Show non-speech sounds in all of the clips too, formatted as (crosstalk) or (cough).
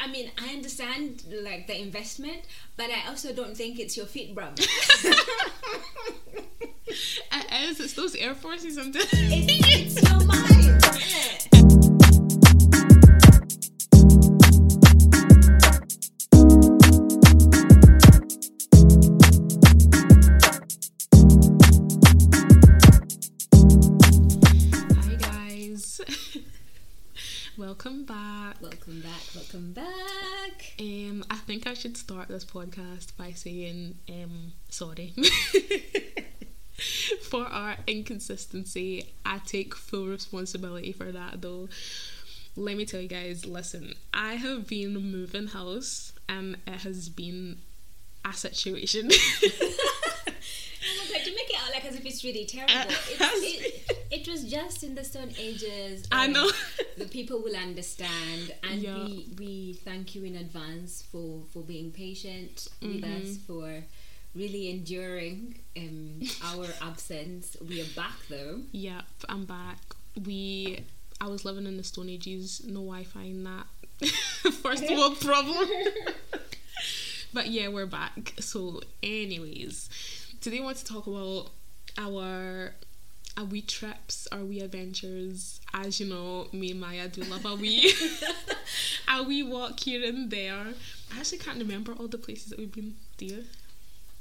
I mean, I understand like the investment, but I also don't think it's your feet, bruv. (laughs) As it's those Air Forces sometimes. (laughs) it's, it's your mind. isn't it? Hi guys, (laughs) welcome back. Welcome back. Welcome back. Um, I think I should start this podcast by saying um sorry (laughs) for our inconsistency. I take full responsibility for that though. Let me tell you guys, listen, I have been moving house and it has been a situation. (laughs) Oh my God, you make it out like as if it's really (laughs) terrible. Uh, It's, it, it was just in the Stone Ages. I and know. The people will understand, and Yeah. we we thank you in advance for for being patient with Mm-hmm. us for really enduring um, our absence. We are back though. Yep, I'm back. We, I was living in the Stone Ages, no Wi-Fi in that. (laughs) First world problem. but yeah, we're back. So, anyways, today I want to talk about our our wee trips, our wee adventures. As you know, me and Maya do love a wee a wee walk here and there. I actually can't remember all the places that we've been. Do you?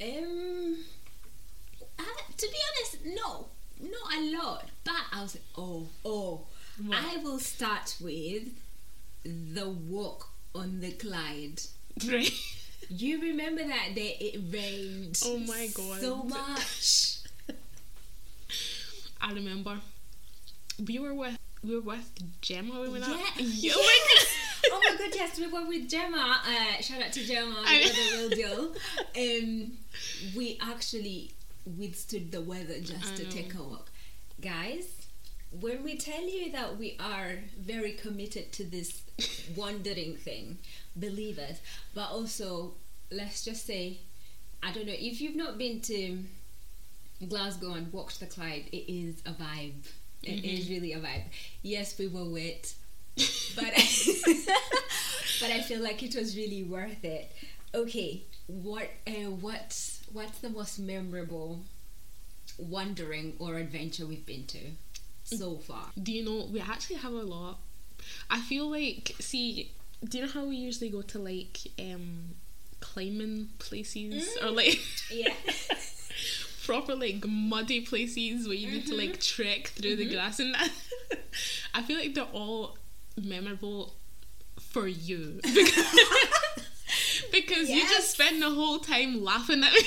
Um, uh, to be honest, no, not a lot. But I was oh oh. What? I will start with the walk on the Clyde. Right. (laughs) You remember that day it rained. Oh my God. So (laughs) much. I remember we were with we were with Gemma. We went out. Yeah. Yeah, Yes. (laughs) oh my God. oh my god, yes, we were with Gemma. Uh, shout out to Gemma, I- you know the real (laughs) deal. Um, we actually withstood the weather just I to know. take a walk. Guys, when we tell you that we are very committed to (laughs) this wandering thing, believe us. But also, let's just say, I don't know, if you've not been to Glasgow and walked the Clyde, it is a vibe. It is Mm-hmm. really a vibe. Yes, we were wet, but (laughs) but I feel like it was really worth it. Okay, what uh, what's what's the most memorable wandering or adventure we've been to so far? Do you know we actually have a lot? I feel like see, do you know how we usually go to like um climbing places or like Mm. Yeah, (laughs) proper like muddy places where you need to like Mm-hmm. trek through the grass and that. (laughs) I feel like they're all memorable for you (laughs) because, because you Yes. just spend the whole time laughing at me.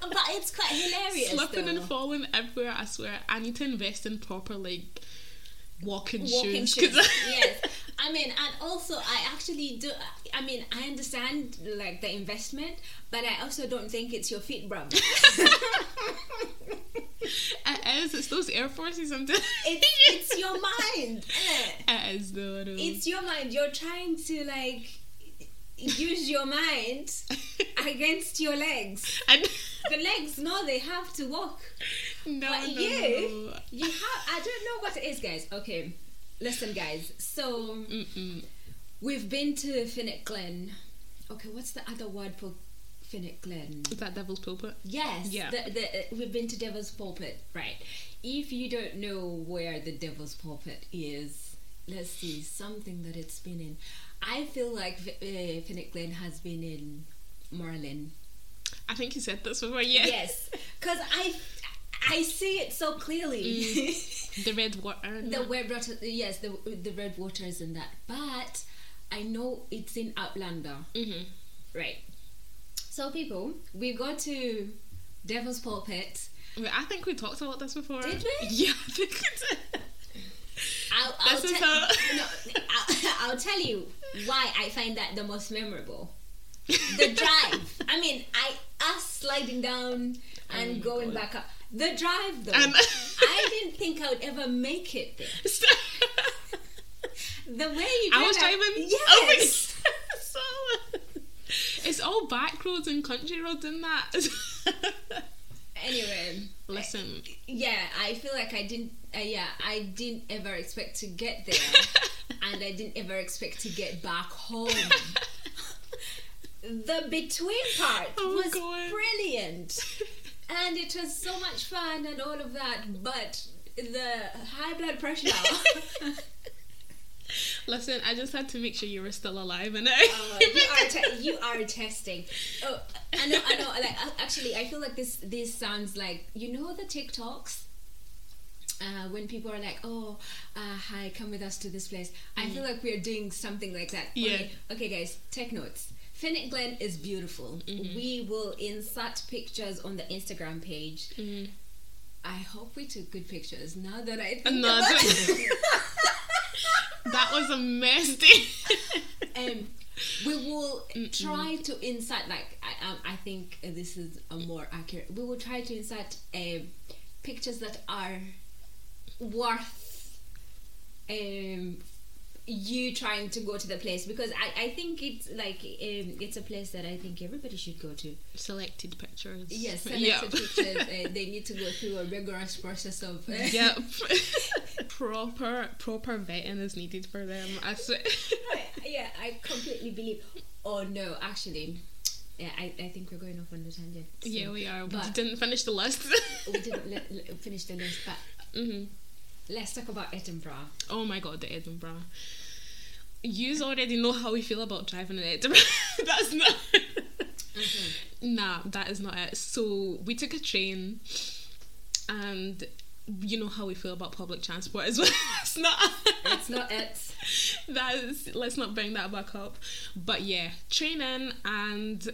but it's (laughs) quite hilarious. slipping though. and falling everywhere. I swear, I need to invest in proper like walking, walking shoes. shoes. 'cause- yes. I mean, and also, I actually do. I mean, I understand like the investment, but I also don't think it's your feet, (laughs) bruv. (laughs) it is. It's those Air Forces. Sometimes It's, it's your mind. innit? it is though. I know. It's your mind. You're trying to like use your mind against your legs. And- The legs know they have to walk. (laughs) no, But no, you- no. You have. I don't know what it is, guys. Okay, listen, guys. So Mm-mm. we've been to Finnick Glen. Okay, what's the other word for Finnick Glen? Is that Devil's Pulpit? Yes. Yeah. The, the, uh, we've been to Devil's Pulpit, right? If you don't know where the Devil's Pulpit is, let's see something that it's been in. I feel like v- uh, Finnick Glen has been in Marlin. I think you said this before. Yeah. Yes, because I I see it so clearly. The red water. (laughs) and the that. red water, yes, the the red water is in that, but I know it's in Outlander. Mhm. Right. So people, we go to Devil's Pulpit. Wait, I think we talked about this before. Did we? Yeah, I think we did. I'll, I'll, This is te- how- (laughs) no, I'll, I'll tell you why I find that the most memorable. (laughs) The drive. I mean, I us sliding down and my going God. back up. The drive though. And- (laughs) I didn't think I would ever make it there. (laughs) The way you I was kinda- driving. Yes. Oh my God. (laughs) So- it's all back roads and country roads and that. (laughs) Anyway, Listen, (laughs) (laughs) yeah, I feel like I didn't. Uh, yeah, I didn't ever expect to get there. and I didn't ever expect to get back home. the between part Oh, was God. (laughs) brilliant, and it was so much fun and all of that. But the high blood pressure. (laughs) Listen, I just had to make sure you were still alive, and (laughs) I. (laughs) Oh, you are te- you are testing. Oh, I know, I know. Like a- actually, I feel like this this sounds like you know the TikToks. Uh, when people are like, "Oh, uh, hi, come with us to this place," I feel like we are doing something like that. Yeah. Okay, okay guys, take notes. Fennec Glen is beautiful. We will insert pictures on the Instagram page. Mm. I hope we took good pictures. Now that I think No, about don't- it. that was a mess. dude. (laughs) um, we will try to insert like I, um, I think this is a more accurate we will try to insert um, pictures that are worth um, you trying to go to the place because I, I think it's like um, it's a place that I think everybody should go to Selected pictures. yes selected Yep. (laughs) pictures uh, they need to go through a rigorous process of uh, yep. (laughs) proper proper vetting is needed for them. I swear. yeah I completely believe oh no actually yeah I, I think we're going off on the tangent so- yeah, we are. We but- didn't finish the list. (laughs) we didn't (laughs) le- le- finish the list, but hmm let's talk about Edinburgh. Oh my god, the Edinburgh. Yous already know how we feel about driving in Edinburgh. (laughs) That's not. Mm-hmm. Nah, that is not it. So we took a train, and you know how we feel about public transport as well. (laughs) it's not. It's not (laughs) it. That's let's not bring that back up. But yeah, training and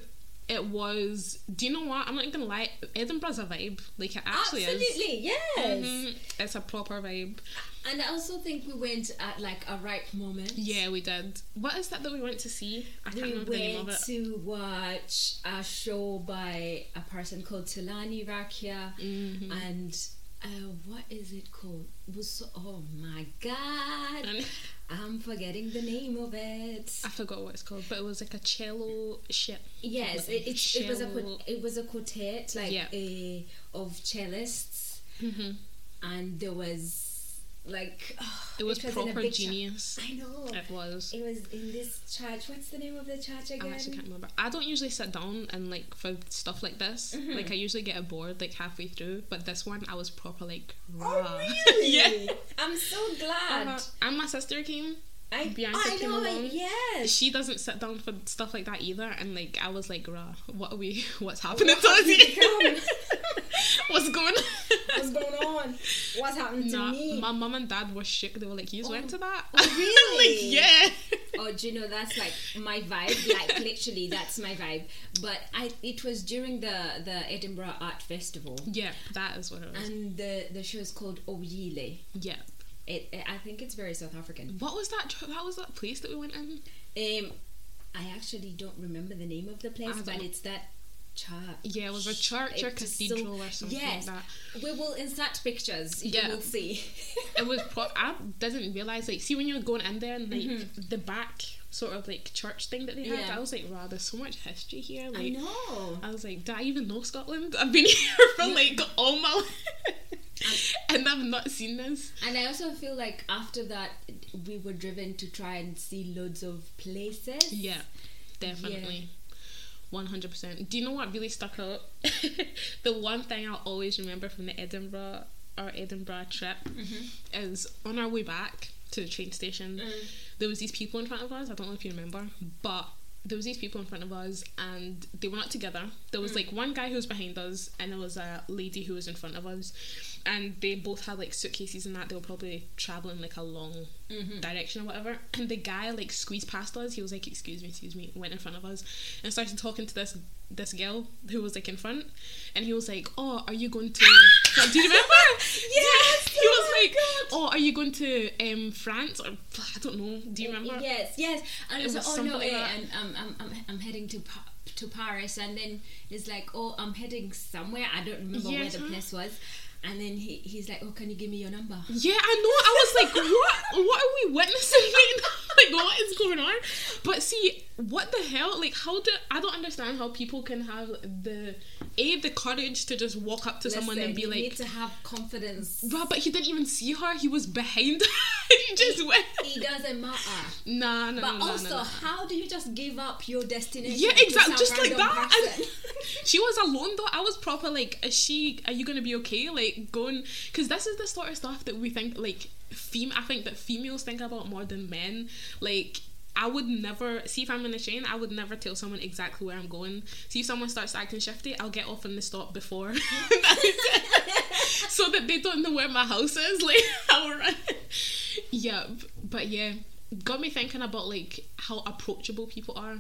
it was. Do you know what? I'm not even gonna lie. Edinburgh's a vibe. Like it actually is. Absolutely, yes. Mhm, It's a proper vibe. And I also think we went at like a right moment. Yeah, we did. What is that that we went to see? I can't We remember the name of went it. to watch a show by a person called Tulani Rakia, Mm-hmm. and uh, what is it called? It was so, oh my god, And I'm forgetting the name of it. I forgot what it's called, but it was like a cello shit. Yes, it, it, it was a qu- Cello. it was a quartet like Yeah. a, of cellists, Mm-hmm. and there was like (sighs) It was in a proper big chur- genius. I know It was. it was in this church. What's the name of the church I again? actually can't remember. I don't usually sit down and like for stuff like this. Mm-hmm. Like I usually get bored like halfway through, but this one I was proper like raw. Oh really? (laughs) yeah. I'm so glad. Uh-huh. And my sister came. I Bianca I came know. along. (laughs) Yes. She doesn't sit down for stuff like that either. And like I was like, raw. What are we? (laughs) What's happening to us? have here? you (laughs) What's going? What's going on? What's happened to Nah, me? Oh, my mum and dad were shook. They were like, "You went to that?" really? like, (laughs) yeah. Oh, do you know that's like my vibe? Like literally, that's my vibe. But I, it was during the the Edinburgh Art Festival, Yeah, that is what it was. and the the show is called Oyile. yeah. It, it, I think it's very South African. What was that? tr- What was that place that we went in? Um, I actually don't remember the name of the place, I but don't- it's that church. Yeah, it was a church or It is so- cathedral or something Yes, like we will insert pictures. You Yeah. will see. that. It was. (laughs) Pro- I didn't realize like, see when you were going in there and like the back sort of like church thing that they had, Mm-hmm. Yeah. I was like, wow, there's so much history here. Like, I know. I was like, do I even know Scotland? I've been (laughs) here for like all my life, and I've not seen this. And I also feel like after that, we were driven to try and see loads of places. Yeah, definitely. 100%. Do you know what really stuck out? (laughs) the one thing I'll always remember from the Edinburgh our Edinburgh trip is on our way back to the train station. There was these people in front of us. I don't know if you remember, but there was these people in front of us, and they were not together. There was like one guy who was behind us, and there was a lady who was in front of us, and they both had like suitcases and that. They were probably traveling like a long direction or whatever. (clears throat) And the guy like squeezed past us. He was like, "Excuse me, excuse me," went in front of us and started talking to this this girl who was like in front, and he was like, "Oh, are you going to?" Like, do you remember? Yes. (laughs) he was like, "Oh, are you going to um, France or I don't know? Do you remember?" Yes, yes. And It it's was like, oh no, something eh, like I'm, I'm, I'm, I'm, I'm heading to pa- to Paris, and then it's like, oh, I'm heading somewhere. I don't remember where Yes, the huh? place was. And then he, he's like, oh, can you give me your number? Yeah, I know. I was like, "What? What are we witnessing right now? (laughs) Like, what is going on?" But see, what the hell? Like, how do I don't understand how people can have the a the courage to just walk up to (laughs) someone and Listen, be you like, need to have (laughs) confidence. "Bruh," but he didn't even see her. He was behind. her. (laughs) he just went. It doesn't matter. Nah, no, But no, no, also, no, no. how do you just give up your destination? Yeah, to exactly. some Just like random that. And (laughs) person? (laughs) she was alone though. I was proper like, is she? Are you gonna be okay? Like going, because this is the sort of stuff that we think like fem. I think that females think about more than men. Like. I would never see if I'm in a train. I would never tell someone exactly where I'm going. See if someone starts acting shifty, I'll get off in the stop before, (laughs) so that they don't know where my house is. (laughs) Like I will run. yeah, b- but yeah, got me thinking about like how approachable people are.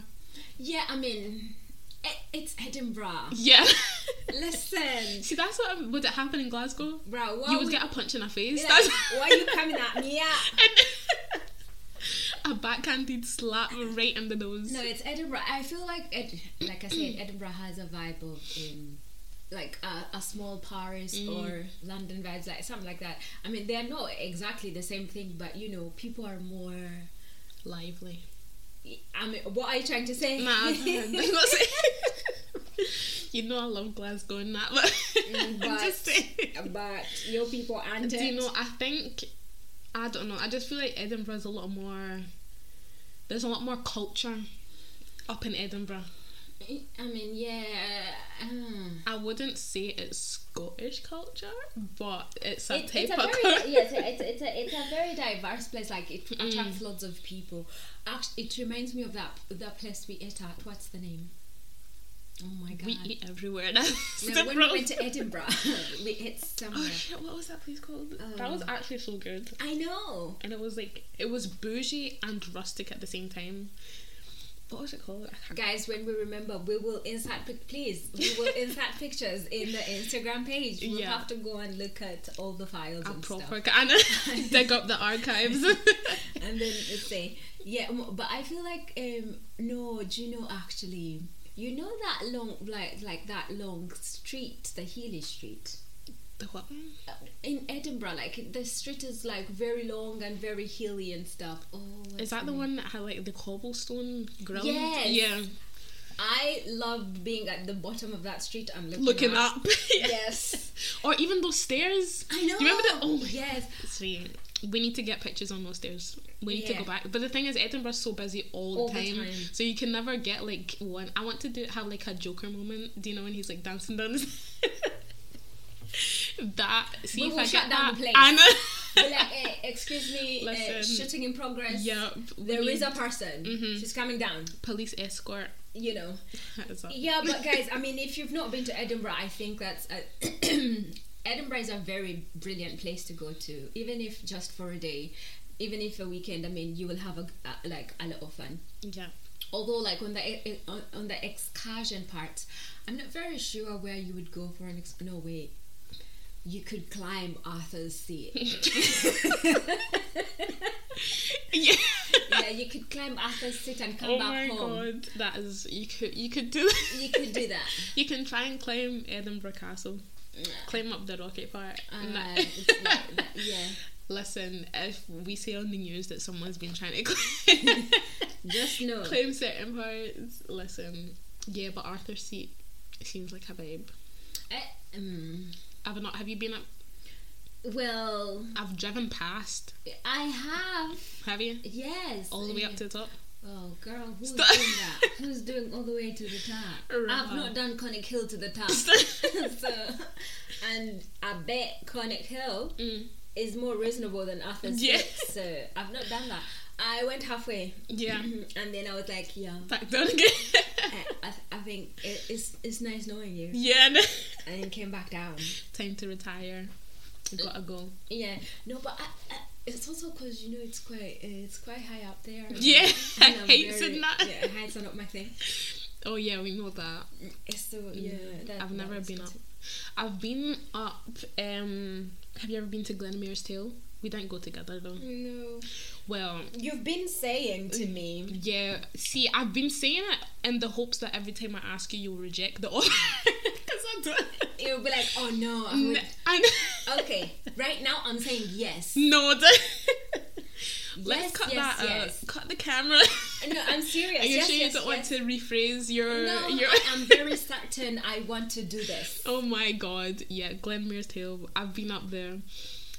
yeah, I mean, it, it's Edinburgh. Yeah. Listen, (laughs) See, that's what um, would it happen in Glasgow? bro, why you would we- get a punch in the face. like, That's why are you coming at (laughs) me? Yeah. and (laughs) a backhanded slap right in the nose. No, it's Edinburgh. I feel like, Ed, like I said, Edinburgh has a vibe of um, like a, a small Paris Mm. or London vibes, like something like that. I mean, they're not exactly the same thing, but you know, people are more. (laughs) Lively. I mean, what are you trying to say? (laughs) Nah, I'm not saying. (laughs) you know I love Glasgow and that, but, (laughs) I'm Mm, but- just saying. but your people aren't. Do you it. know? I think I don't know. I just feel like Edinburgh's a lot more. There's a lot more culture up in Edinburgh. I mean, yeah. Uh, I wouldn't say it's Scottish culture, but it's a it- type it's a of very culture. yes, (laughs) it's, it's, a, it's a very diverse place. Like it Mm. attracts lots of people. Actually, it reminds me of that that place we ate at. What's the name? Oh my god! (laughs) We eat everywhere. That's No, the when we problem. went to Edinburgh, (laughs) we ate oh somewhere. shit! What was that place called? that was Um, actually so good, I know. and it was like it was bougie and rustic at the same time. What was it called? I can't Guys, when we remember, we will insert pic- please. We will insert pictures in the Instagram page. We'll Yeah. have to go and look at all the files a and proper stuff, Anna (laughs) dig up the (laughs) archives. and then it's say yeah. m- But I feel like um no, do you know actually? You know that long like like that long street, the Healy Street. the what? Uh, In Edinburgh, like the street is like very long and very hilly and stuff. Oh, Is what's that the name? one that had like the cobblestone ground? Yes. Yeah. I loved being at the bottom of that street and looking, Looking up. up. (laughs) Yes, Or even those stairs. I know. You remember that? Oh my yes. Sweet. We need to get pictures on those stairs. We need to Yeah. go back. But the thing is, Edinburgh's so busy all, All the, the time, time. so you can never get like one. I want to do have like a Joker moment. Do you know when he's like dancing (laughs) down? His that see We if will I shut get down that. the place. Be Anna. like, eh, excuse me, eh, Listen. shooting in progress. (laughs) yeah, There is a person. Mhm. She's coming down. police escort. (laughs) You know. That is up. Yeah, but guys, I mean, if you've not been to Edinburgh, I think that's a (coughs) Edinburgh is a very brilliant place to go to, even if just for a day, even if a weekend. I mean, you will have a, a like a lot of fun. yeah. (laughs) although like on the e, on, on the excursion part i'm not very sure where you would go for an ex- no wait you could climb arthur's (laughs) seat Yeah. (laughs) yeah you could climb arthur's seat and come Oh my back home god, that is you could you could do. that. you could (laughs) do that You can try and climb Edinburgh Castle, climb up the rocket part. uh, and that- it's like (laughs) that, yeah Listen, if we see on the news that someone's been trying to (laughs) claim, just know claim certain parts, listen, yeah, but Arthur's seat seems like a vibe. Eh, mm. I've not. Have you been up? well I've driven past. i have Have you? yes All the way up eh. to the top. oh girl who's Stop. doing that who's doing all the way to the top i've (laughs) Right. not done conic hill to the top (laughs) so, and I bet Conic Hill (laughs) Mm, is more reasonable than Arthur's Yeah. Seat, (laughs) So I've not done that. I went halfway, yeah, (laughs) and then I was like, (laughs) "Yeah, back down again. I, I, I think it, it's it's nice knowing you," (laughs) yeah, no. and then came back down. time to retire. (laughs) Gotta go. Yeah, no, but I, I, it's also because you know it's quite uh, it's quite high up there. and- Yeah, and I'm heights very- and that. Yeah, heights are not my thing. Oh yeah, we know that. It's so yeah. that- I've never that's been what up. it- I've been up. Um, have you ever been to Glenmuir's Tale? We didn't go together though. No, Well, you've been saying to me. yeah. See, I've been saying it in the hopes that every time I ask you, you'll reject the (laughs) offer. Because I don't. It'll be like, oh no, I would N- I- (laughs) Okay, right now I'm saying yes. no. I (laughs) don't. Let's Yes, cut yes, that. yes. Out. Cut the camera. No, I'm serious. Are you yes, sure yes, you don't yes. want to rephrase your No, your? I am very certain I want to do this. Oh my god, yeah, Glenmuir's Hill. I've been up there.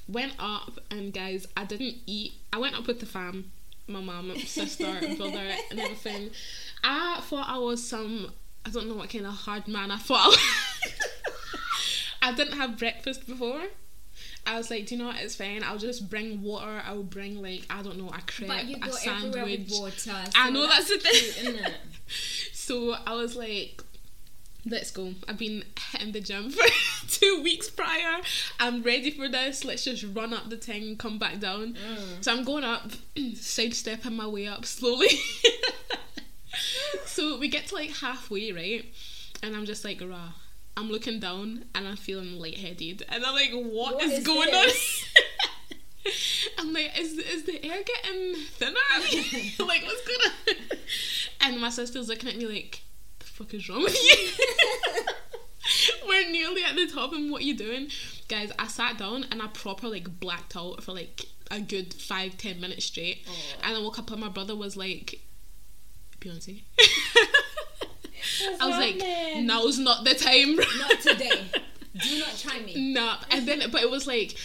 Went up and guys, I didn't eat. I went up with the fam, my mum, (laughs) sister, brother, and everything. I thought I was some I don't know what kind of hard man I thought I was. (laughs) I didn't have breakfast before. I was like, do you know what? It's fine. I'll just bring water. I'll bring like I don't know a crepe, But you a go everywhere sandwich. with water. So I know that's the thing. cute, isn't it? (laughs) So I was like, let's go. I've been hitting the gym for (laughs) two weeks prior. I'm ready for this. Let's just run up the thing and come back down. So I'm going up, (clears throat) sidestepping my way up slowly. (laughs) so we get to like halfway, right? And I'm just like, rah. I'm looking down and I'm feeling lightheaded. And I'm like, What what is, is going this? on? (laughs) I'm like, is is the air getting thinner? (laughs) like, what's going on? (laughs) And my sister's looking at me like, the fuck is wrong with you? (laughs) We're nearly at the top, and what you doing, guys? I sat down and I proper like blacked out for like a good five ten minutes straight, Aw. and I woke up and my brother was like, Beyonce. (laughs) What's I was like, happening? now's not the time. Not (laughs) today. Do not try me. Nah, and then but it was like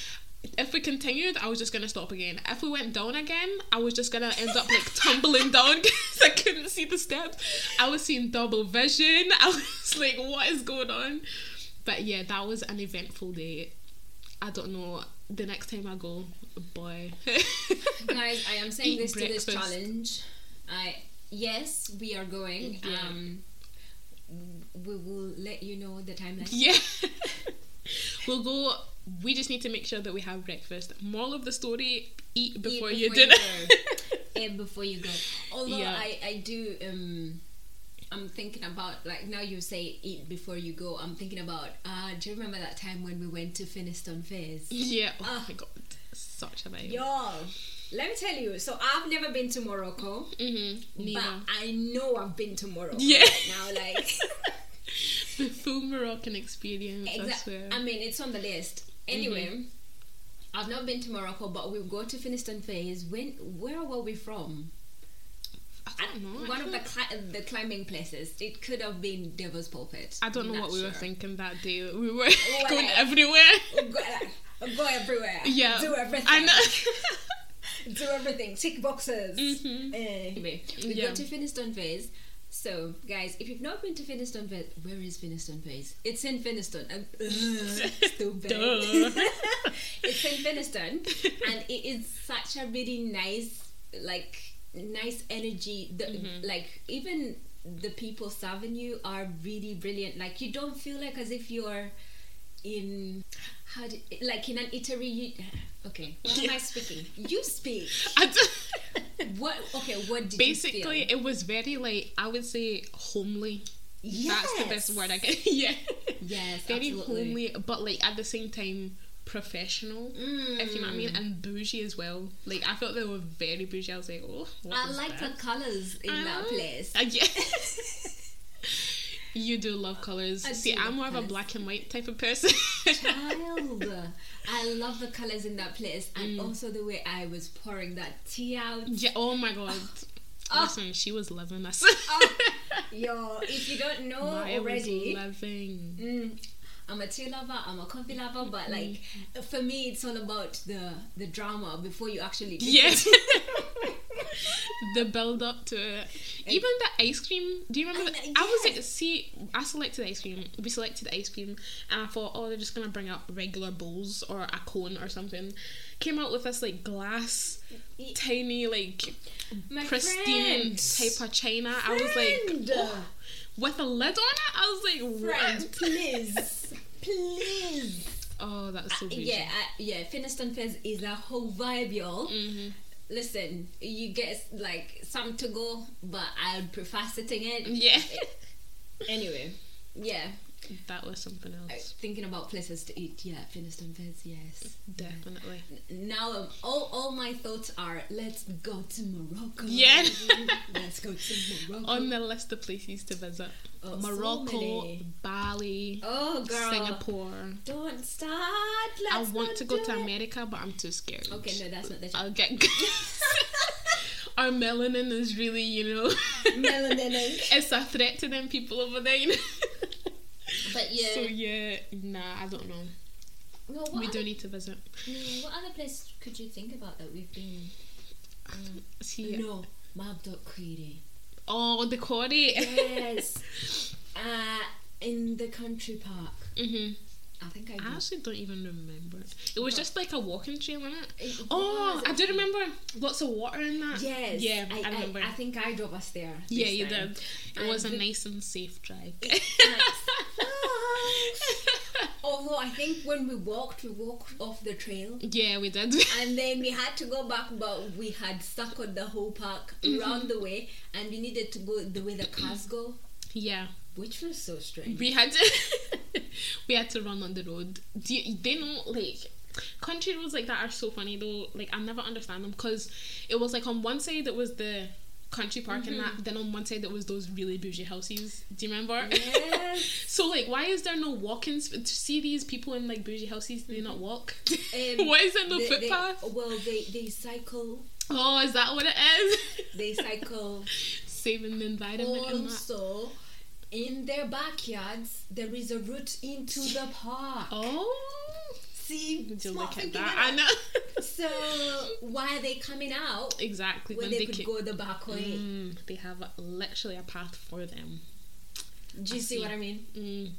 if we continued, I was just gonna stop again. If we went down again, I was just gonna end up like tumbling down (laughs) because I couldn't see the steps. I was seeing double vision. (laughs) I was like, what is going on? But yeah, that was an eventful day. I don't know. The next time I go, boy. (laughs) Guys, I am saying Eat this to breakfast. this challenge. I yes, we are going. Yeah. Um we will let you know the timeline. Yeah. (laughs) we'll go. We just need to make sure that we have breakfast. Moral of the story: eat before, you E before you dinner. eh, before you go. Although Yeah. I, I do um I'm thinking about like now you say eat before you go. I'm thinking about uh do you remember that time when we went to Finiston Fairs? (laughs) yeah. Oh Ah. my god, such a vibe. Y'all, let me tell you. So I've never been to Morocco, Mm-hmm. but I know I've been to Morocco Yeah. right now. (laughs) Like, (laughs) the full Moroccan experience, I exactly. swear. I Mm-hmm. mean, it's on the list. Anyway, I've not been to Morocco, but we'll go to Finiston Fairs. When? Where were we from? I don't know. One I of the don't- cli- the climbing places. It could have been Devil's Pulpit. I don't know Not what we were sure. thinking that day. We were (laughs) going Whatever. everywhere. (laughs) Go, go everywhere. Yeah. Do everything. I know. (laughs) (laughs) Do everything. Tick boxes. Mhm. Eh, anyway, we Yeah. go to Finiston Fays. So, guys, if you've not been to Finiston Fays, where is Finiston Fays? It's in Finiston. Um, ugh, (laughs) stupid. Duh. (laughs) it's in Finiston, and it is such a really nice, like, nice energy. The, Mm-hmm. Like, even the people serving you are really brilliant. Like, you don't feel like as if you're in how do, like in an eatery. You, (sighs) okay, what am I speaking? You speak. I (laughs) d- What? Okay, what did (laughs) Basically, you feel? it was very like I would say homely. That's the best Yes. word I can. (laughs) (laughs) yeah. Yes, Very absolutely. homely, but like at the same time professional. If you know what I Mm. mean, and bougie as well. Like I felt they were very bougie. I was like, oh, Mm. what I is like that? the colors in that Uh, place. Uh, yeah. (laughs) you do love colors. I See, do love I'm more of a colours. black and white type of person. Child, I love the colors in that place, and Mm. also the way I was pouring that tea (laughs) out. (laughs) yeah. Oh my god. Oh. Listen, she was loving us. (laughs) Oh, yo, if you don't know I already, was (laughs) loving. Mm, I'm a tea lover, I'm a coffee lover, but Mm. like for me, it's all about the the drama before you actually. drink Yeah. it. (laughs) the build up to it. Even the ice cream. Do you remember? I I, know, was yes. like, see, I selected ice cream. We selected ice cream, and I thought, oh, they're just gonna bring out regular bowls or a cone or something. Came out with this like glass, Y- tiny like My pristine friend. type of china. I was like, Friend. oh, with a lid on it. I was like, Friend, what? (laughs) please, please. Oh, that's so beautiful. Yeah, I, yeah. Finiston Fest is a whole vibe, y'all. Mm-hmm. Listen, you get like some (laughs) to go, but I'd prefer sitting in. Yeah. Anyway, yeah. That was something Uh, else. Thinking about places to eat, yeah, Finiston Fez, yes. Definitely. Now um, all, all my thoughts are let's go to Morocco. Yeah. (laughs) let's go to Morocco. On the list of places to visit Oh, so Morocco, many. Bali, oh girl, Singapore. don't start. Let's I want not to go do to Uh, it. America, but I'm too scared. Okay, no, that's not the I'll get. (laughs) Our melanin is really, you know, Melanin. (laughs) it's a threat to them people over there. You know? But yeah, So yeah, nah, I don't know. no, what, we other, do need to visit. no, what other place could you think about that we've been? Um, See, No, Mob Dog Creedy. oh, the quarry. (laughs) Yes. uh, in the country park. hmm I think I. I did. actually don't even remember. It was No. just like a walking trail, wasn't it? It Oh, was I do actually- remember. Lots of water in that. Yes. Yeah, I, I, remember. I, think I drove us there. this yeah, you time. did. It And was a we- nice and safe drive. (laughs) Although I think when we walked, we walked off the trail. yeah, we did. And then we had to go back, but we had circled the whole park Mm-hmm. around the way, and we needed to go the way the cars go, (laughs) yeah, which was so strange. we had to (laughs) we had to run on the road. Do you, they know like country roads like that are so funny though. Like I never understand them because it was like on one side it was the country park and Mm-hmm. that, then on one side it was those really bougie houses. Do you remember? Yes. (laughs) So like, why is there no walking? Sp- to see these people in like bougie houses, do they not walk? Um, (laughs) why is there no They- they- oh. footpath? well, they, they cycle. oh, is that what it is? They cycle. (laughs) Saving the environment and that. also, in their backyards, there is a route into the park. Oh, See, would you smart look at thinking, that? I innit? know. (laughs) So why are they coming out exactly when when, they, they, could can. go the back way? Mm, they have literally a path for them. Do you I see, see. what I mean? Mm.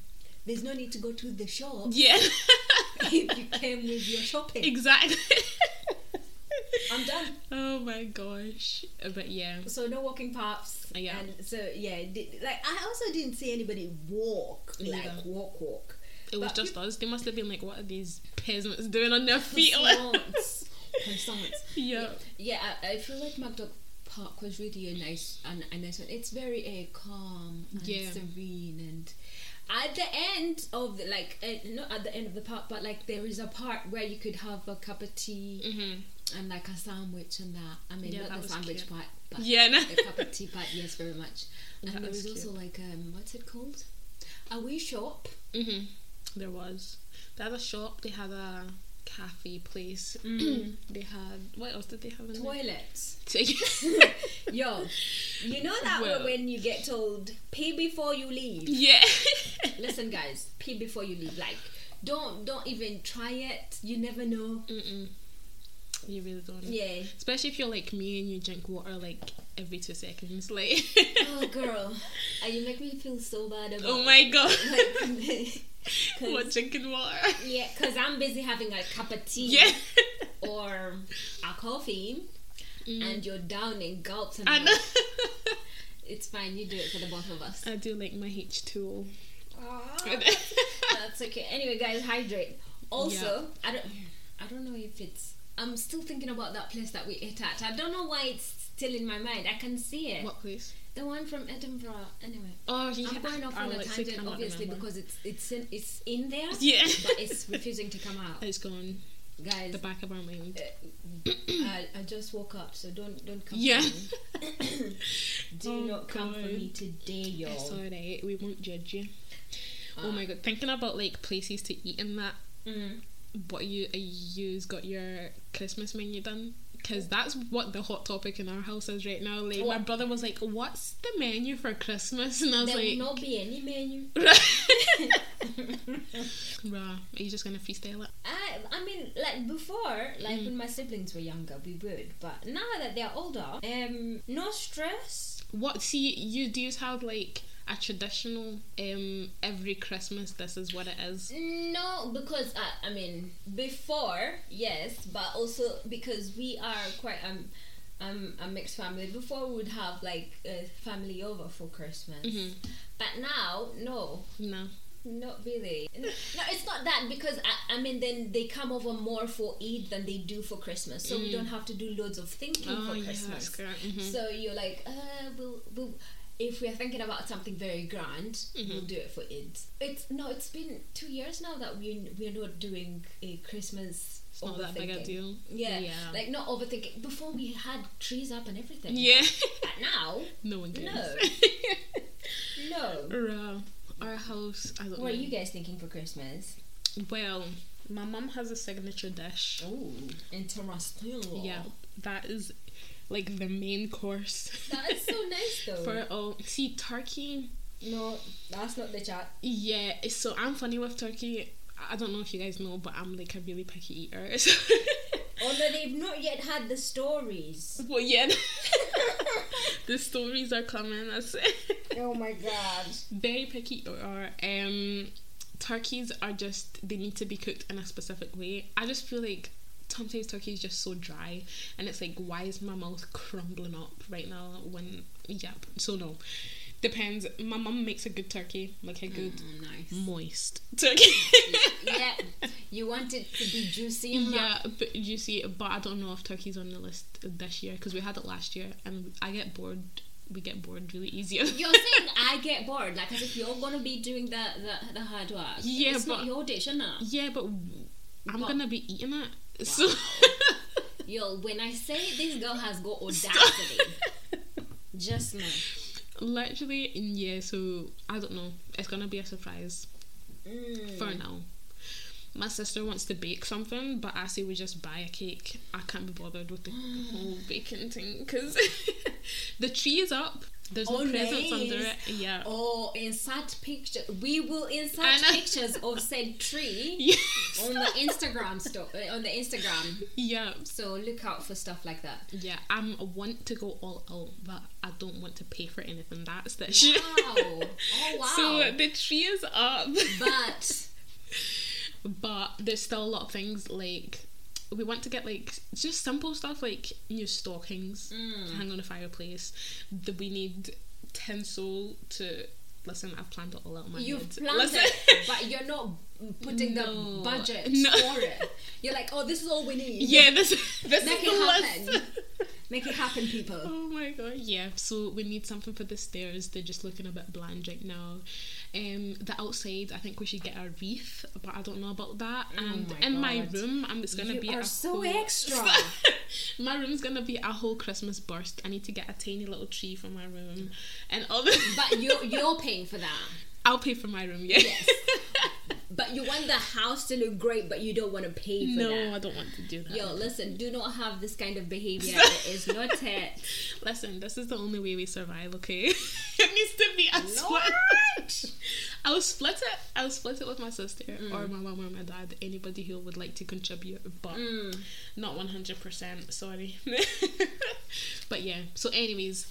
There's no need to go to the shop Yeah, (laughs) if (laughs) you came with your shopping. exactly. (laughs) I'm done. Oh my gosh! Uh, But yeah, So no walking paths. Uh, yeah. And so yeah, di- like I also didn't see anybody walk, like Neither. walk, walk. it was But (laughs) just us. They must have been like, "What are these peasants doing on their feet?" (laughs) Croissants. Croissants. yeah. Yeah, I, I feel like MacDoc Park was really a nice, a, a nice one. It's very uh, calm and Yeah. serene, and at the end of the, like uh, not at the end of the park, but like there is a part where you could have a cup of tea Mm-hmm. and like a sandwich and that. I mean, Yeah, not that the was sandwich cute. part, but Yeah, no. the cup (laughs) of tea part. Yes, very much. And That there was was also like um, what's it called? A wee shop. hmm There was. They had a shop. They had a cafe place. Mm. (clears throat) they had. What else did they have in Toilets. there? Yo, you know that Well- when you get told pay before you leave. (laughs) yeah. (laughs) listen guys pee before you leave like don't don't even try it you never know Mm-mm. You really don't. yeah Especially if you're like me and you drink water like every two seconds. Like. (laughs) oh girl uh, you make me feel so bad about oh my god. like, (laughs) 'cause- what drinking water? (laughs) yeah (laughs) because i'm busy having a cup of tea Yeah. or a coffee Mm. and you're down in gulps and I I'm know. like, it's fine you do it for the both of us (laughs) I do like my H two (laughs) O. Oh, that's okay anyway guys hydrate also i don't i don't know if it's i'm still thinking about that place that we ate at i don't know why it's still in my mind i can see it What place? The one from Edinburgh. Anyway, Oh, yeah. I'm going off I on a literally tangent, cannot obviously, remember. because it's it's in it's in (laughs) there, yeah, but it's refusing to come (laughs) out, it's gone. guys. The back of our mind. uh, I, I just woke up, so don't don't come. Yeah. For (laughs) me. Do Oh, not come for God. me today, It's y'all. alright. We won't judge you. oh Uh, my god! Thinking about like places to eat and that. Mm. What you uh, you's got your Christmas menu done? Because that's what the hot topic in our house is right now. Like my What? brother was like, "What's the menu for Christmas?" (laughs) And I was There like, will not be any menu. "Bruh, are you just gonna freestyle it?" I, I mean, like before, like Mm. when my siblings were younger, we would, but now that they're older, um, no stress. What? See, you do you have like a traditional um every Christmas. This is what it is. No, because I, I mean before yes, but also because we are quite um um a mixed family. Before we would have like a family over for Christmas, Mm-hmm. but now no, No. not really. No, it's not that because I, I mean then they come over more for Eid than they do for Christmas, so we don't have to do loads of thinking Oh for yeah, Christmas. that's good. Mhm. So you're like, uh, we'll, we'll, if we are thinking about something very grand, Mhm. we'll do it for Eid. It's no, it's been two years now that we we're not doing a Christmas. It's not that big a overthinking. deal. Yeah, Yeah. like not overthinking. Before we had trees up and everything. Yeah. (laughs) But now, no one cares. (laughs) no, no. Or, uh, our house, I don't What are know. you guys thinking for Christmas? Well, my mum has a signature dish. Oh, interesting. Yeah, that is like the main course. that is so (laughs) nice though. For all see turkey, no, that's not the chat. yeah. So I'm funny with turkey. I don't know if you guys know, but I'm like a really picky eater. (laughs) So Although they've not yet had the (laughs) stories. (laughs) well, yeah, the stories are coming. That's it. oh my god. Very picky eater. Um, turkeys are just they need to be cooked in a specific way. I just feel like sometimes turkey is just so dry, and it's like why is my mouth crumbling up right now? When yep. So no, depends. My mum makes a good turkey, like a good Oh, nice. Mm. moist (laughs) turkey. yeah, you want it to be juicy and yeah, but you see, but I don't know if turkey's on the list this year because we had it last year, and I get bored. We get bored really easy. (laughs) You're saying I get bored, like as if you're gonna be doing the the, the hard work. Yeah, it's not but- your dish, isn't it? yeah, but w- I'm But- gonna be eating it. (laughs) So Yo, when I say this girl has got (laughs) audacity, just know. literally, yeah. So I don't know. It's gonna be a surprise Mm. for now. My sister wants to bake something, but I say we just buy a cake. I can't be bothered with the (gasps) whole baking thing because (laughs) the tree is up. There's no Oh, presents under it. nice. Yeah. Oh, insert picture. We will I insert know. pictures of said (laughs) tree (laughs) Yes. on the Instagram sto- uh, on the Instagram. Yeah. So look out for stuff like that. Yeah, I'm- I want to go all out, but I don't want to pay for anything. That's the issue. Wow. Oh wow. (laughs) So the tree is up, but (laughs) but there's still a lot of things like we want to get like just simple stuff like new stockings Mm. to hang on the fireplace. That we need tinsel to listen. I've planned it all out in my You've head. planned Listen. it, but you're not putting No. the budget No. for it. You're like, oh, this is all we need. (laughs) Yeah, this this Make is the it list. (laughs) Make it happen, people. Oh my god, yeah. So we need something for the stairs. They're just looking a bit bland right now. Um, the outside, I think we should get a wreath, but I don't know about that. And Oh my in my God. room, I'm it's gonna You be are a so whole- extra. (laughs) my room's gonna be a whole Christmas burst. I need to get a tiny little tree for my room, and all the. But you're you're paying for that. (laughs) I'll pay for my room. Yeah. Yes. But you want the house to look great, but you don't want to pay for no, that. I don't want to do that. Yo, listen, do not have this kind of (laughs) behavior. it is not it. Listen, this is the only way we survive, okay? (laughs) it needs to be a split. (laughs) I'll split it. I'll split it with my sister or Mm. my mum or my dad. Anybody who would like to contribute, but Mm. not one hundred percent. Sorry, (laughs) but yeah. So, anyways,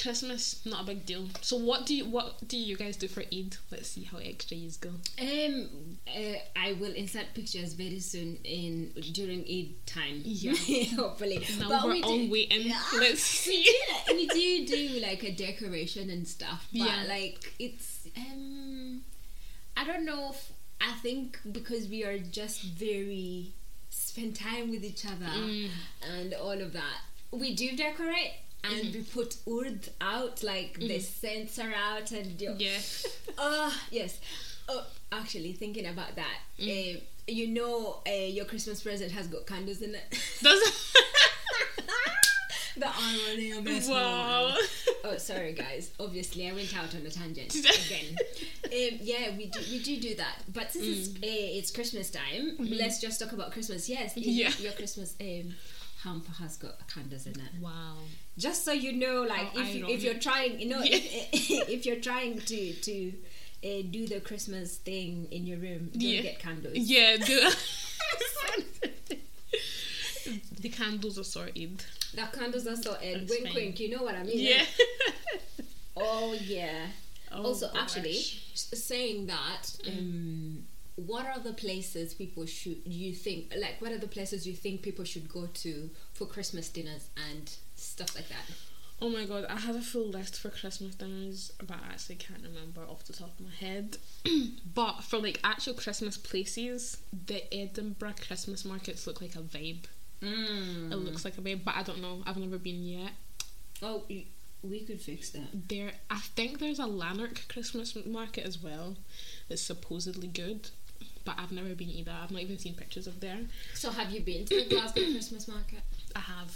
Christmas not a big deal. So, what do you what do you guys do for Eid? Let's see how extra you go. Um, uh, I will insert pictures very soon in during Eid time. Yeah. (laughs) hopefully. Now but we're we all do, waiting. Yeah. Let's (laughs) see. Yeah, we do do like a decoration and stuff, but Yeah. like it's um, I don't know. If, I think because we are just very spend time with each other Mm. and all of that. We do decorate and Mm-hmm. we put urd out like the scents are out and you (laughs) Yeah. uh, yes. Oh, actually, thinking about that, Mm. eh, you know, uh, your Christmas present has got candles in it. (laughs) Does the irony of this wow. one. Oh, sorry, guys. Obviously, I went out on a (laughs) tangent again. um, yeah, we do, we do do that. But since it's, Mm. uh, it's Christmas time, let's just talk about Christmas. Yes, y- Mm-hmm. Yeah. your Christmas um, hamper has got candles in it Wow. just so you know like How if, you, ironic. if you're trying you know if, (laughs) if you're trying to to uh, do the christmas thing in your room don't Yeah. get candles (laughs) Yeah, do The candles are sorted. the candles are so and That's wink fine. wink you know what i mean Yeah. oh yeah Oh, also gosh. actually s- saying that um what are the places people should you think like what are the places you think people should go to for christmas dinners and stuff like that Oh my god, I had a full list for Christmas dinners, but I actually can't remember off the top of my head. (clears throat) but for like actual Christmas places, the Edinburgh Christmas markets look like a Mm. Mm-hmm. vibe. It looks like a vibe, but I don't know. I've never been yet. oh y- We could fix that. There, I think there's a Lanark Christmas market as well that's supposedly good, but I've never been either. I've not even seen pictures of there. So, have you been to the Glasgow Christmas market? I have.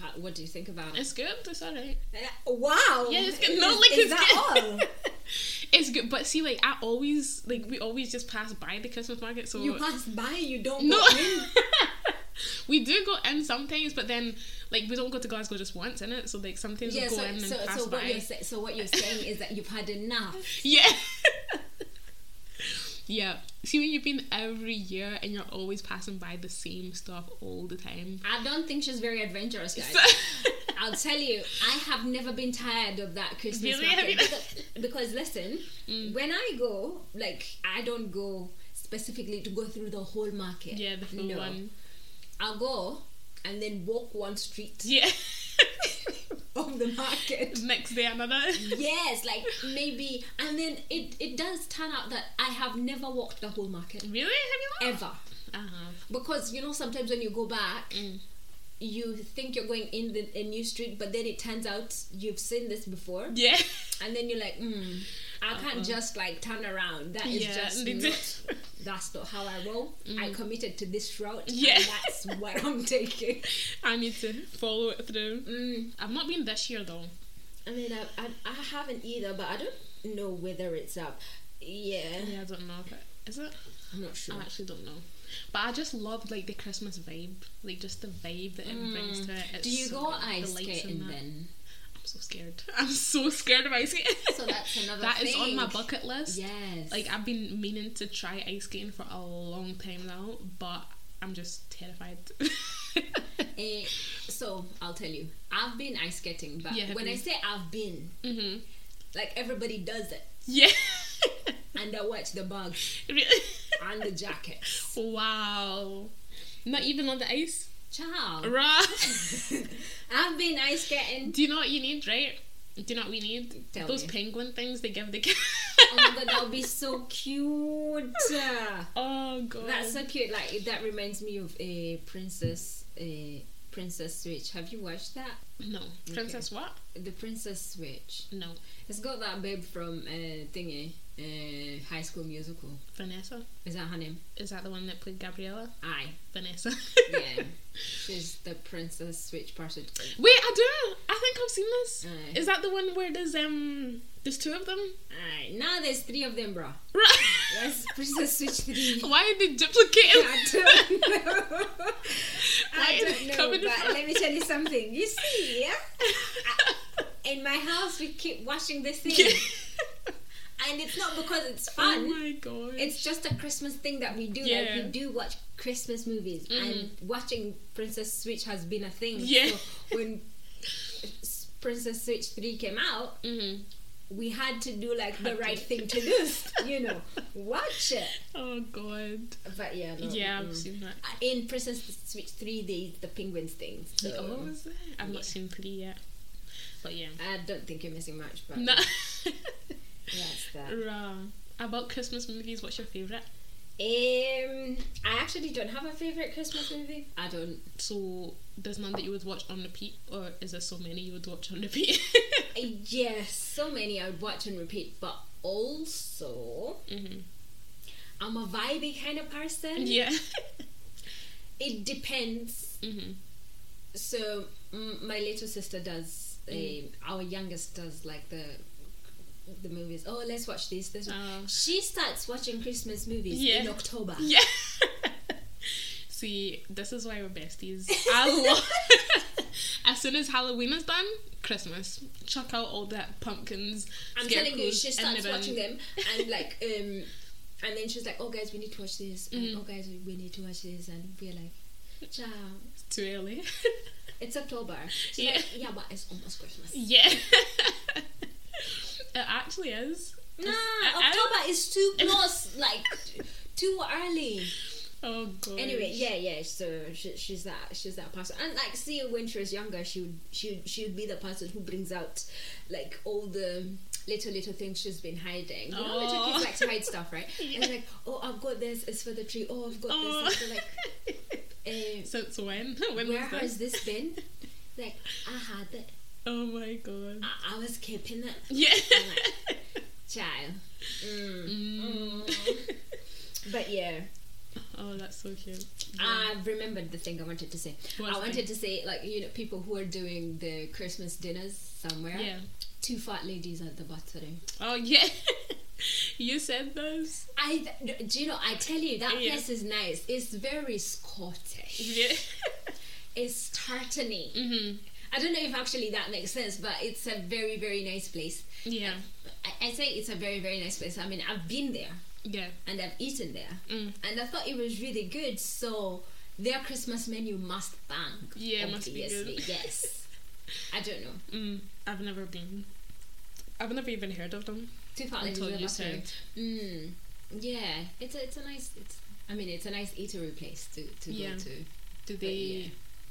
How, what do you think about it? It's good. It's alright. Uh, Wow. Yeah, it's good. No, Oh, Is- is like it's that good. (laughs) it's good, but see, like I always like we always just pass by the Christmas market, so (laughs) all? You pass by, you don't No. go in. (laughs) we do go in sometimes, but then like we don't go to Glasgow just once in it. So like sometimes Yeah, we go so, in and so, pass so, what by. you're sa- so what you're saying is that you've had enough. (laughs) Yeah. (laughs) yeah. See when you've been every year and you're always passing by the same stuff all the time. I don't think she's very adventurous, guys. (laughs) So- I'll tell you, I have never been tired of that Christmas Really? Have market. you Mm. Because, because listen, when I go, like I don't go specifically to go through the whole market. yeah, the full no. one. I'll go and then walk one street Yeah. (laughs) (laughs) of the market. Next day another. Yes, like maybe, and then it it does turn out that I have never walked the whole market (laughs) Really? Have you not? ever Uh-huh. because you know sometimes when you go back. Mm. You think you're going in the, a new street, but then it turns out you've seen this before. Yeah. and then you're like, mm, I can't just like turn around. That is Yeah, just they do. not, (laughs) that's not how I roll. I committed to this route. and Yeah. that's what (laughs) I'm taking. (laughs) I need to follow it through. Mm. I've not been this year though. I mean, I, I I haven't either, but I don't know whether it's up. Yeah, Uh, Yeah, I don't know if it is it? I'm not sure. I actually don't know. But I just love like the Christmas vibe, like just the vibe that it brings to it. It's Do you so go good. The ice lights and skating that. then? I'm so scared. (laughs) I'm so scared of ice skating. So that's another That is on my thing. bucket list. Yes. Like I've been meaning to try ice skating for a long time now, but I'm just terrified. (laughs) Eh, so I'll tell you, I've been ice skating, but Yeah, have when I you? say I've been, hmm like everybody does it, (laughs) Yeah. and I watch the bugs Really? and the jacket. (laughs) wow. Not even on the ice. Ciao. (laughs) Right. I've been ice skating. Do you know what you need, right? Do you know what we need? Tell Those me. penguin things they give the kids. Oh my god, that would be so cute. (laughs) Oh god. That's so cute. Like that reminds me of a princess, a princess switch. Have you watched that? no. Princess what? The princess switch. No. It's got that babe from uh, thingy, uh, High School Musical. Vanessa. Is that her name? Is that the one that played Gabriella? Aye. Vanessa. Yeah. She's the princess switch person. (laughs) Wait, I do. I think I've seen this. Aye. Is that the one where there's um there's two of them? Aye. Now there's three of them, bro. Right. That's (laughs) princess switch three. (laughs) Why are they duplicating? (laughs) I don't (laughs) know. Why I is don't it know, coming but from- let me tell you something. You see, yeah? In my house, we keep watching this thing, and it's not because it's oh fun. my god. It's just a Christmas thing that we do. Like Yeah. Mm-hmm. we do watch Christmas movies, and watching Princess Switch has been a thing. Yeah. So when s- Princess Switch Three came out, Mhm. we had to do like the right thing to do. (laughs) You know, watch it. Oh god. But yeah, no, Yeah, mm. I've seen that. Uh, In Princess Switch Three, they the penguins thing. So Oh, what was that? I've not seen three yet. But yeah. I don't think you're missing much, but um, No. (laughs) that's that. Rah. About Christmas movies, what's your favourite? Um, I actually don't have a favorite Christmas movie. I don't. So there's none that you would watch on repeat, or is there so many you would watch on repeat? (laughs) Uh, Yes, so many I would watch and repeat, but also hmm I'm a vibey kind of person. (laughs) Yeah. It depends. hmm So mm, my little sister does. Mm. Um, our youngest does like the the movies. Oh, let's watch this. This. Oh. She starts watching Christmas movies in Yeah. October. Yeah. (laughs) See, this is why we're besties. I love. (laughs) as soon as Halloween is done, Christmas. Chuck out all that pumpkins. I'm telling you, scarecrows she in starts the bin. watching (laughs) them and like um and then she's like, Oh guys, we need to watch this and Mm. oh guys we- we need to watch this and we're like, Ciao. It's too (laughs) early. It's October. She's Yeah. like, yeah, but it's almost Christmas. yeah. (laughs) it actually is. Nah, I- I don't- October is (laughs) too close, like too early. Oh god. Anyway, yeah, yeah. So she, she's that she's that person, and like, see, when she was younger, she would she would, she would be the person who brings out like all the little little things she's been hiding. You know, little Aw. kids like to hide stuff, right? And they're like, oh, I've got this. It's for the tree. Oh, I've got Oh. this. And they're like, eh, (laughs) Since Oh. when? (laughs) When where was has this? this been? Like, I had it. Oh my (laughs) god. I, I was keeping it, Yeah. child. Mm. (laughs) Mm. But yeah, (laughs) oh, that's so cute. I remembered the thing I wanted to say. What's I the wanted thing? to say, like, you know, people who are doing the Christmas dinners somewhere. Yeah. Two fat ladies at the bottom. Oh yeah. (laughs) you said those. I, th- do you know, I tell you, that Yeah. place is nice. It's very Scottish. Yeah. Mm-hmm. It's tartany. mhm. I don't know if actually that makes sense, but it's a very, very nice place. Yeah. I, I say it's a very, very nice place. I mean, I've been there Yeah. and I've eaten there. Mm. And I thought it was really good. So their Christmas menu must bang. Yeah, it must be good. obviously. (laughs) Yes. I don't know. Mm. I've never been. I've never even heard of them Two fat ladies at until the you bottom. said. Mm, yeah, it's a it's a nice it's I mean it's a nice eatery place to to Yeah. go to. Do But they? yeah.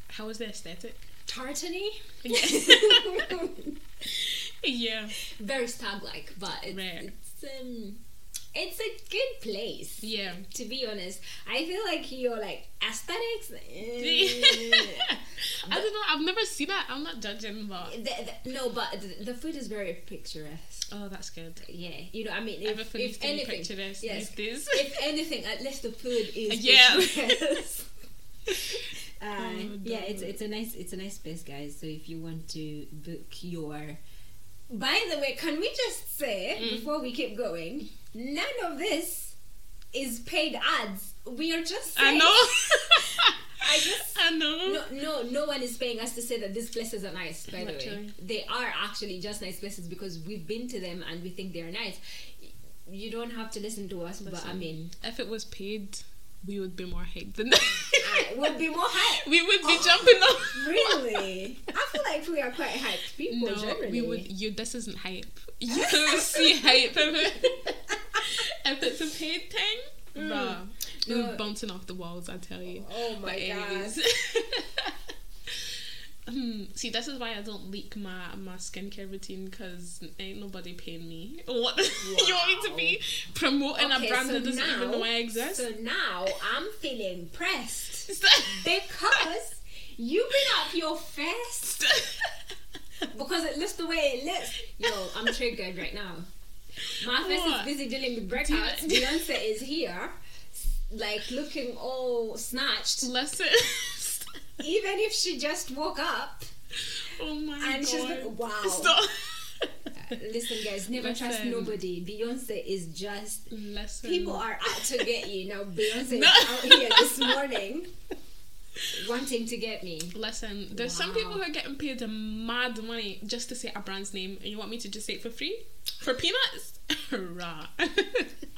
How is the (laughs) aesthetic? Tartany, Yeah. yeah. (laughs) very stag like, but it's, Right. it's um it's a good place. Yeah. To be honest, I feel like you're like (laughs) aesthetics. eh, I don't know. I've never seen that. I'm not judging, but the- the- no, but the, the food is very picturesque. oh, that's good. Yeah, you know, I mean, if, Everything is if being anything, picturesque yes, these days. if anything, at least the food is Yeah. (laughs) picturesque. Uh, Oh, yeah, it's darling. it's a nice it's a nice space, guys. So if you want to book your, by the way, can we just say Mm. before we keep going, none of this is paid ads. We are just (laughs) I saying, know. (laughs) I (laughs) just I know. no no no one is paying us to say that these places are nice. By the way, Literally. they are actually just nice places because we've been to them and we think they are nice. You don't have to listen to us, but I Listen. (laughs) mean, If it was paid, we would be more hyped than (laughs) that. I would be more hype. we would be jumping up. (laughs) Really? I feel like we are quite hyped people No, generally. we would. (laughs) (laughs) You. This isn't hype. You don't see hype (laughs) if, it, if it's a paid thing. Bruh, we Mm. No. we're bouncing off the walls. I tell you. Oh my (laughs) god. Hmm, See, this is why I don't leak my, my skincare routine because ain't nobody paying me. (laughs) What you want me to be promoting a brand that doesn't even know I exist? So now I'm feeling pressed St- (laughs) because you bring up your face because it looks the way it looks. Yo, I'm triggered right now. My face is What? busy dealing with you- breakouts. Beyonce is here, like looking all snatched. Listen. Even if she just woke up (laughs) oh my and god. she's like, wow. Stop. Uh, Listen, guys, never trust Listen. nobody. Beyonce is just Listen. People are out to (laughs) get you. Now Beyonce No. is out here this morning wanting to get me. Listen, there's some Wow. people who are getting paid a mad money just to say a brand's name, and you want me to just say it for free? For peanuts? (laughs) Rah. Oh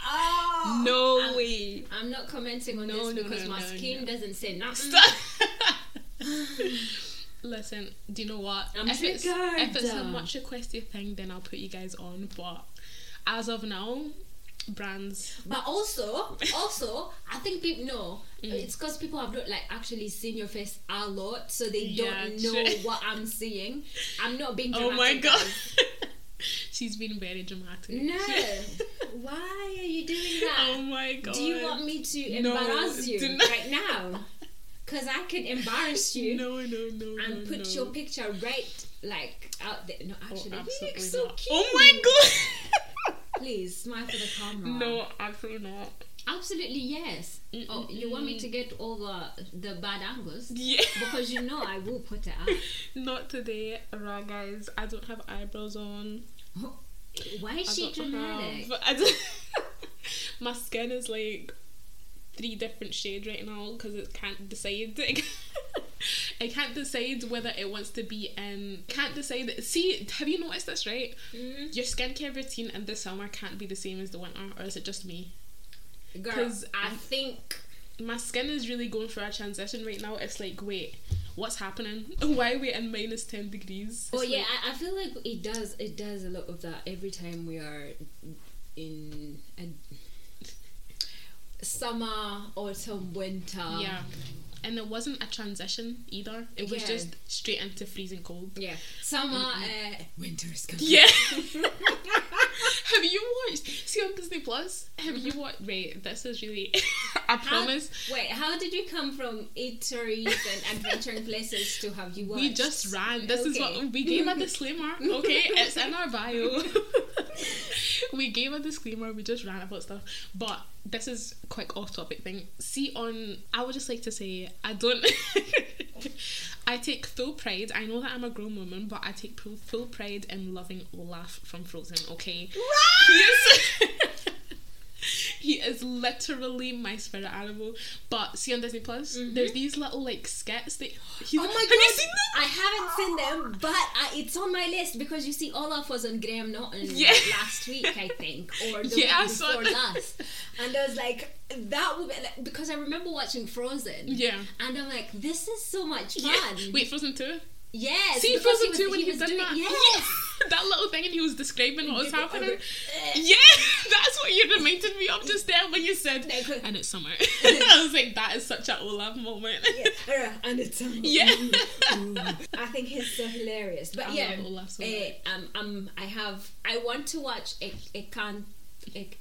Ah. no I'm, way. I'm not commenting on No, this no, because no, my no, skin no. doesn't say nothing. (laughs) Listen, do you know what? I'm if it's, if it's a triggered. much requested thing, then I'll put you guys on. But as of now, brands. But also, also, I think people know Mm. it's because people have not like actually seen your face a lot, so they Yeah, don't know true. (laughs) what I'm seeing. I'm not being. Oh my dramatic, god. guys. (laughs) She's been very dramatic. (laughs) No. Why are you doing that? oh my god. Do you want me to No, embarrass do you not- right now? Because I can embarrass you No, no, no. and no, put no. your picture right, like, out there. No, Oh, actually, you look absolutely so not. cute. Oh my god. (laughs) Please, smile for the camera. no, absolutely not. Absolutely, yes. Oh, you want mm. me to get over the bad angles? Yeah. Because you know I will put it out. (laughs) (gasps) Not today, right, guys? I don't have eyebrows on. Why is I she don't dramatic? have- I don't- (laughs) my skin is like three different shades right now because it can't decide. (laughs) I can't decide whether it wants to be in. Can't decide. See, have you noticed this, right? Mm, Your skincare routine in the summer can't be the same as the winter, or is it just me? Girl, 'Cause I think. my skin is really going through a transition right now. It's like, wait, what's happening? (laughs) Why are we in minus 10 degrees? Oh It's yeah, like- I, I feel like it does. It does a lot of that every time we are in a summer, autumn, winter. yeah. And it wasn't a transition either. It was Yeah. just straight into freezing cold. (laughs) yeah. Summer, uh, winter is coming. Yeah. Have you watched? See on Disney Plus, have Mm-hmm. you watched? Wait, this is really. (laughs) I promise. Wait, how did you come from eateries (laughs) and adventuring places to have you watched? We just ran. This is Okay. what we (laughs) gave a disclaimer. Okay, it's in our bio. we gave a disclaimer. We just ran about stuff, but this is quick off-topic thing. See, on I would just like to say I don't. (laughs) I take full pride. I know that I'm a grown woman, but I take full, full pride in loving Olaf from Frozen. Okay. Yes. Ah! (laughs) he is literally my spirit animal. But see on Disney Plus, there's these little like skits that he's Mm-hmm. Oh my like, god! Have you seen them? I haven't seen them, but I, it's on my list because you see, Olaf was on Graham (laughs) Norton Yeah. last week, I think, or the Yeah, I week saw (laughs) before that. last. And I was like, that would be, like, because I remember watching Frozen. Yeah. And I'm like, this is so much fun. Yeah. Wait, Frozen 2? Yes. See because Frozen 2 when he, was did doing- that? Yes. Yeah. (laughs) that little thing and he was describing what was Did uh, the (laughs) happening. other- Yeah, (laughs) that's what you reminded me of just then when you said, No, 'cause- and (laughs) it's summer. (laughs) I was like, that is such an Olaf moment. Yeah, and it's um, (laughs) Yeah. (laughs) I think he's so hilarious. But (laughs) I yeah, love Olaf so eh, um, um, I have. I want to watch E-, a a can.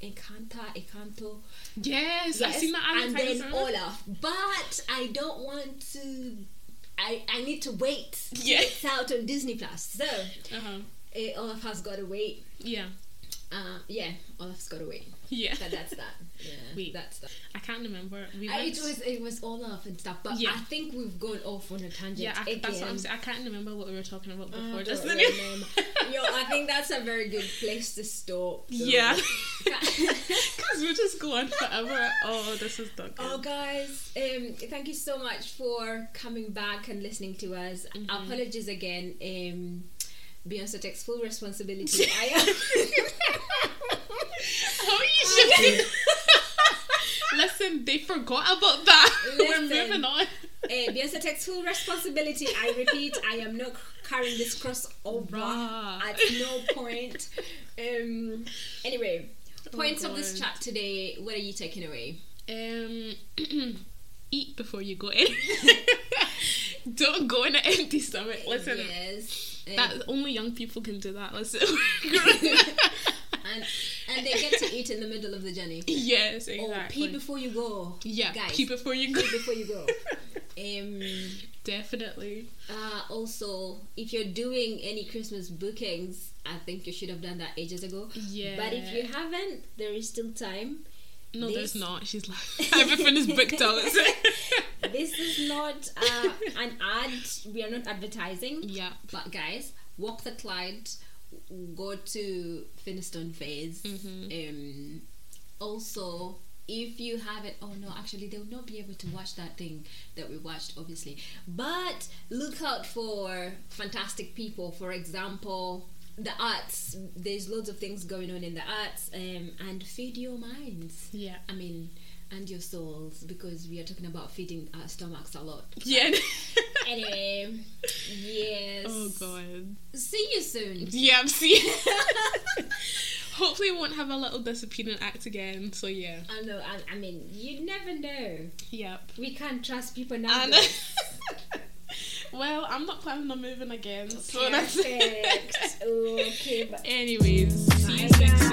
Encanta, Encanto, Yes, I've seen that and advertised then on- Olaf, but I don't want to. I, I need to wait. till Yeah. it's out on Disney Plus. So Uh-huh. eh, Olaf has got to wait. Yeah. Uh, yeah, Olaf's got to wait. Yeah. But that's that. Yeah, Wait. that's that. (laughs) I can't remember. We I, went- it was it was Olaf and stuff, but Yeah. I think we've gone off on a tangent Yeah, I, again. that's what I'm saying. I can't remember what we were talking about I before. don't just Uh, (laughs) remember. Oh, Yo, I think that's a very good place to stop. though. (laughs) yeah, (laughs) because we'll just go on forever. Oh, this is not good. oh, guys, um, thank you so much for coming back and listening to us. Mm-hmm. Apologies again. Um, Beyonce takes full (laughs) responsibility. (laughs) I How are Oh, you shifting? (laughs) Listen, they forgot about that. (laughs) Listen. We're moving on. uh, Beyonce takes full responsibility. I repeat, I am not carrying this cross over Rah. at no point. Um, anyway, points of this Oh, God. chat today. What are you taking away? Um, (clears throat) eat before you go in. (laughs) Don't go on an empty stomach. Listen, yes. um, that only young people can do that. Listen. (laughs) and and they (laughs) get to eat in the middle of the journey. yes, Or exactly. pee before you go. yeah, guys. pee before you go. Pee before you go. Um, (laughs) Definitely. uh, also, if you're doing any Christmas bookings, I think you should have done that ages ago. Yeah. But if you haven't, there is still time. No, This- there's not. (laughs) She's like (laughs) everything is booked out. This is not uh, an ad. We are not advertising. (laughs) (laughs) yeah. But guys, walk the Clyde, go to Finiston Phase. Mm-hmm. Um, also, if you haven't, oh no, actually they will not be able to watch that thing that we watched, obviously. But look out for fantastic people. For example, the arts. There's loads of things going on in the arts, um, and feed your minds. Yeah. I mean, and your souls, because we are talking about feeding our stomachs a lot. Yeah. (laughs) Anyway, (laughs) yes. oh god. See you soon. Yeah, I'm seeing. (laughs) Hopefully, we won't have a little disappearing act again. So yeah. I know. I, I mean, you never know. Yep. We can't trust people now. And (laughs) though. well, I'm not planning (laughs) on moving again. So that's it. Perfect. okay. But Anyways, see you Bye, next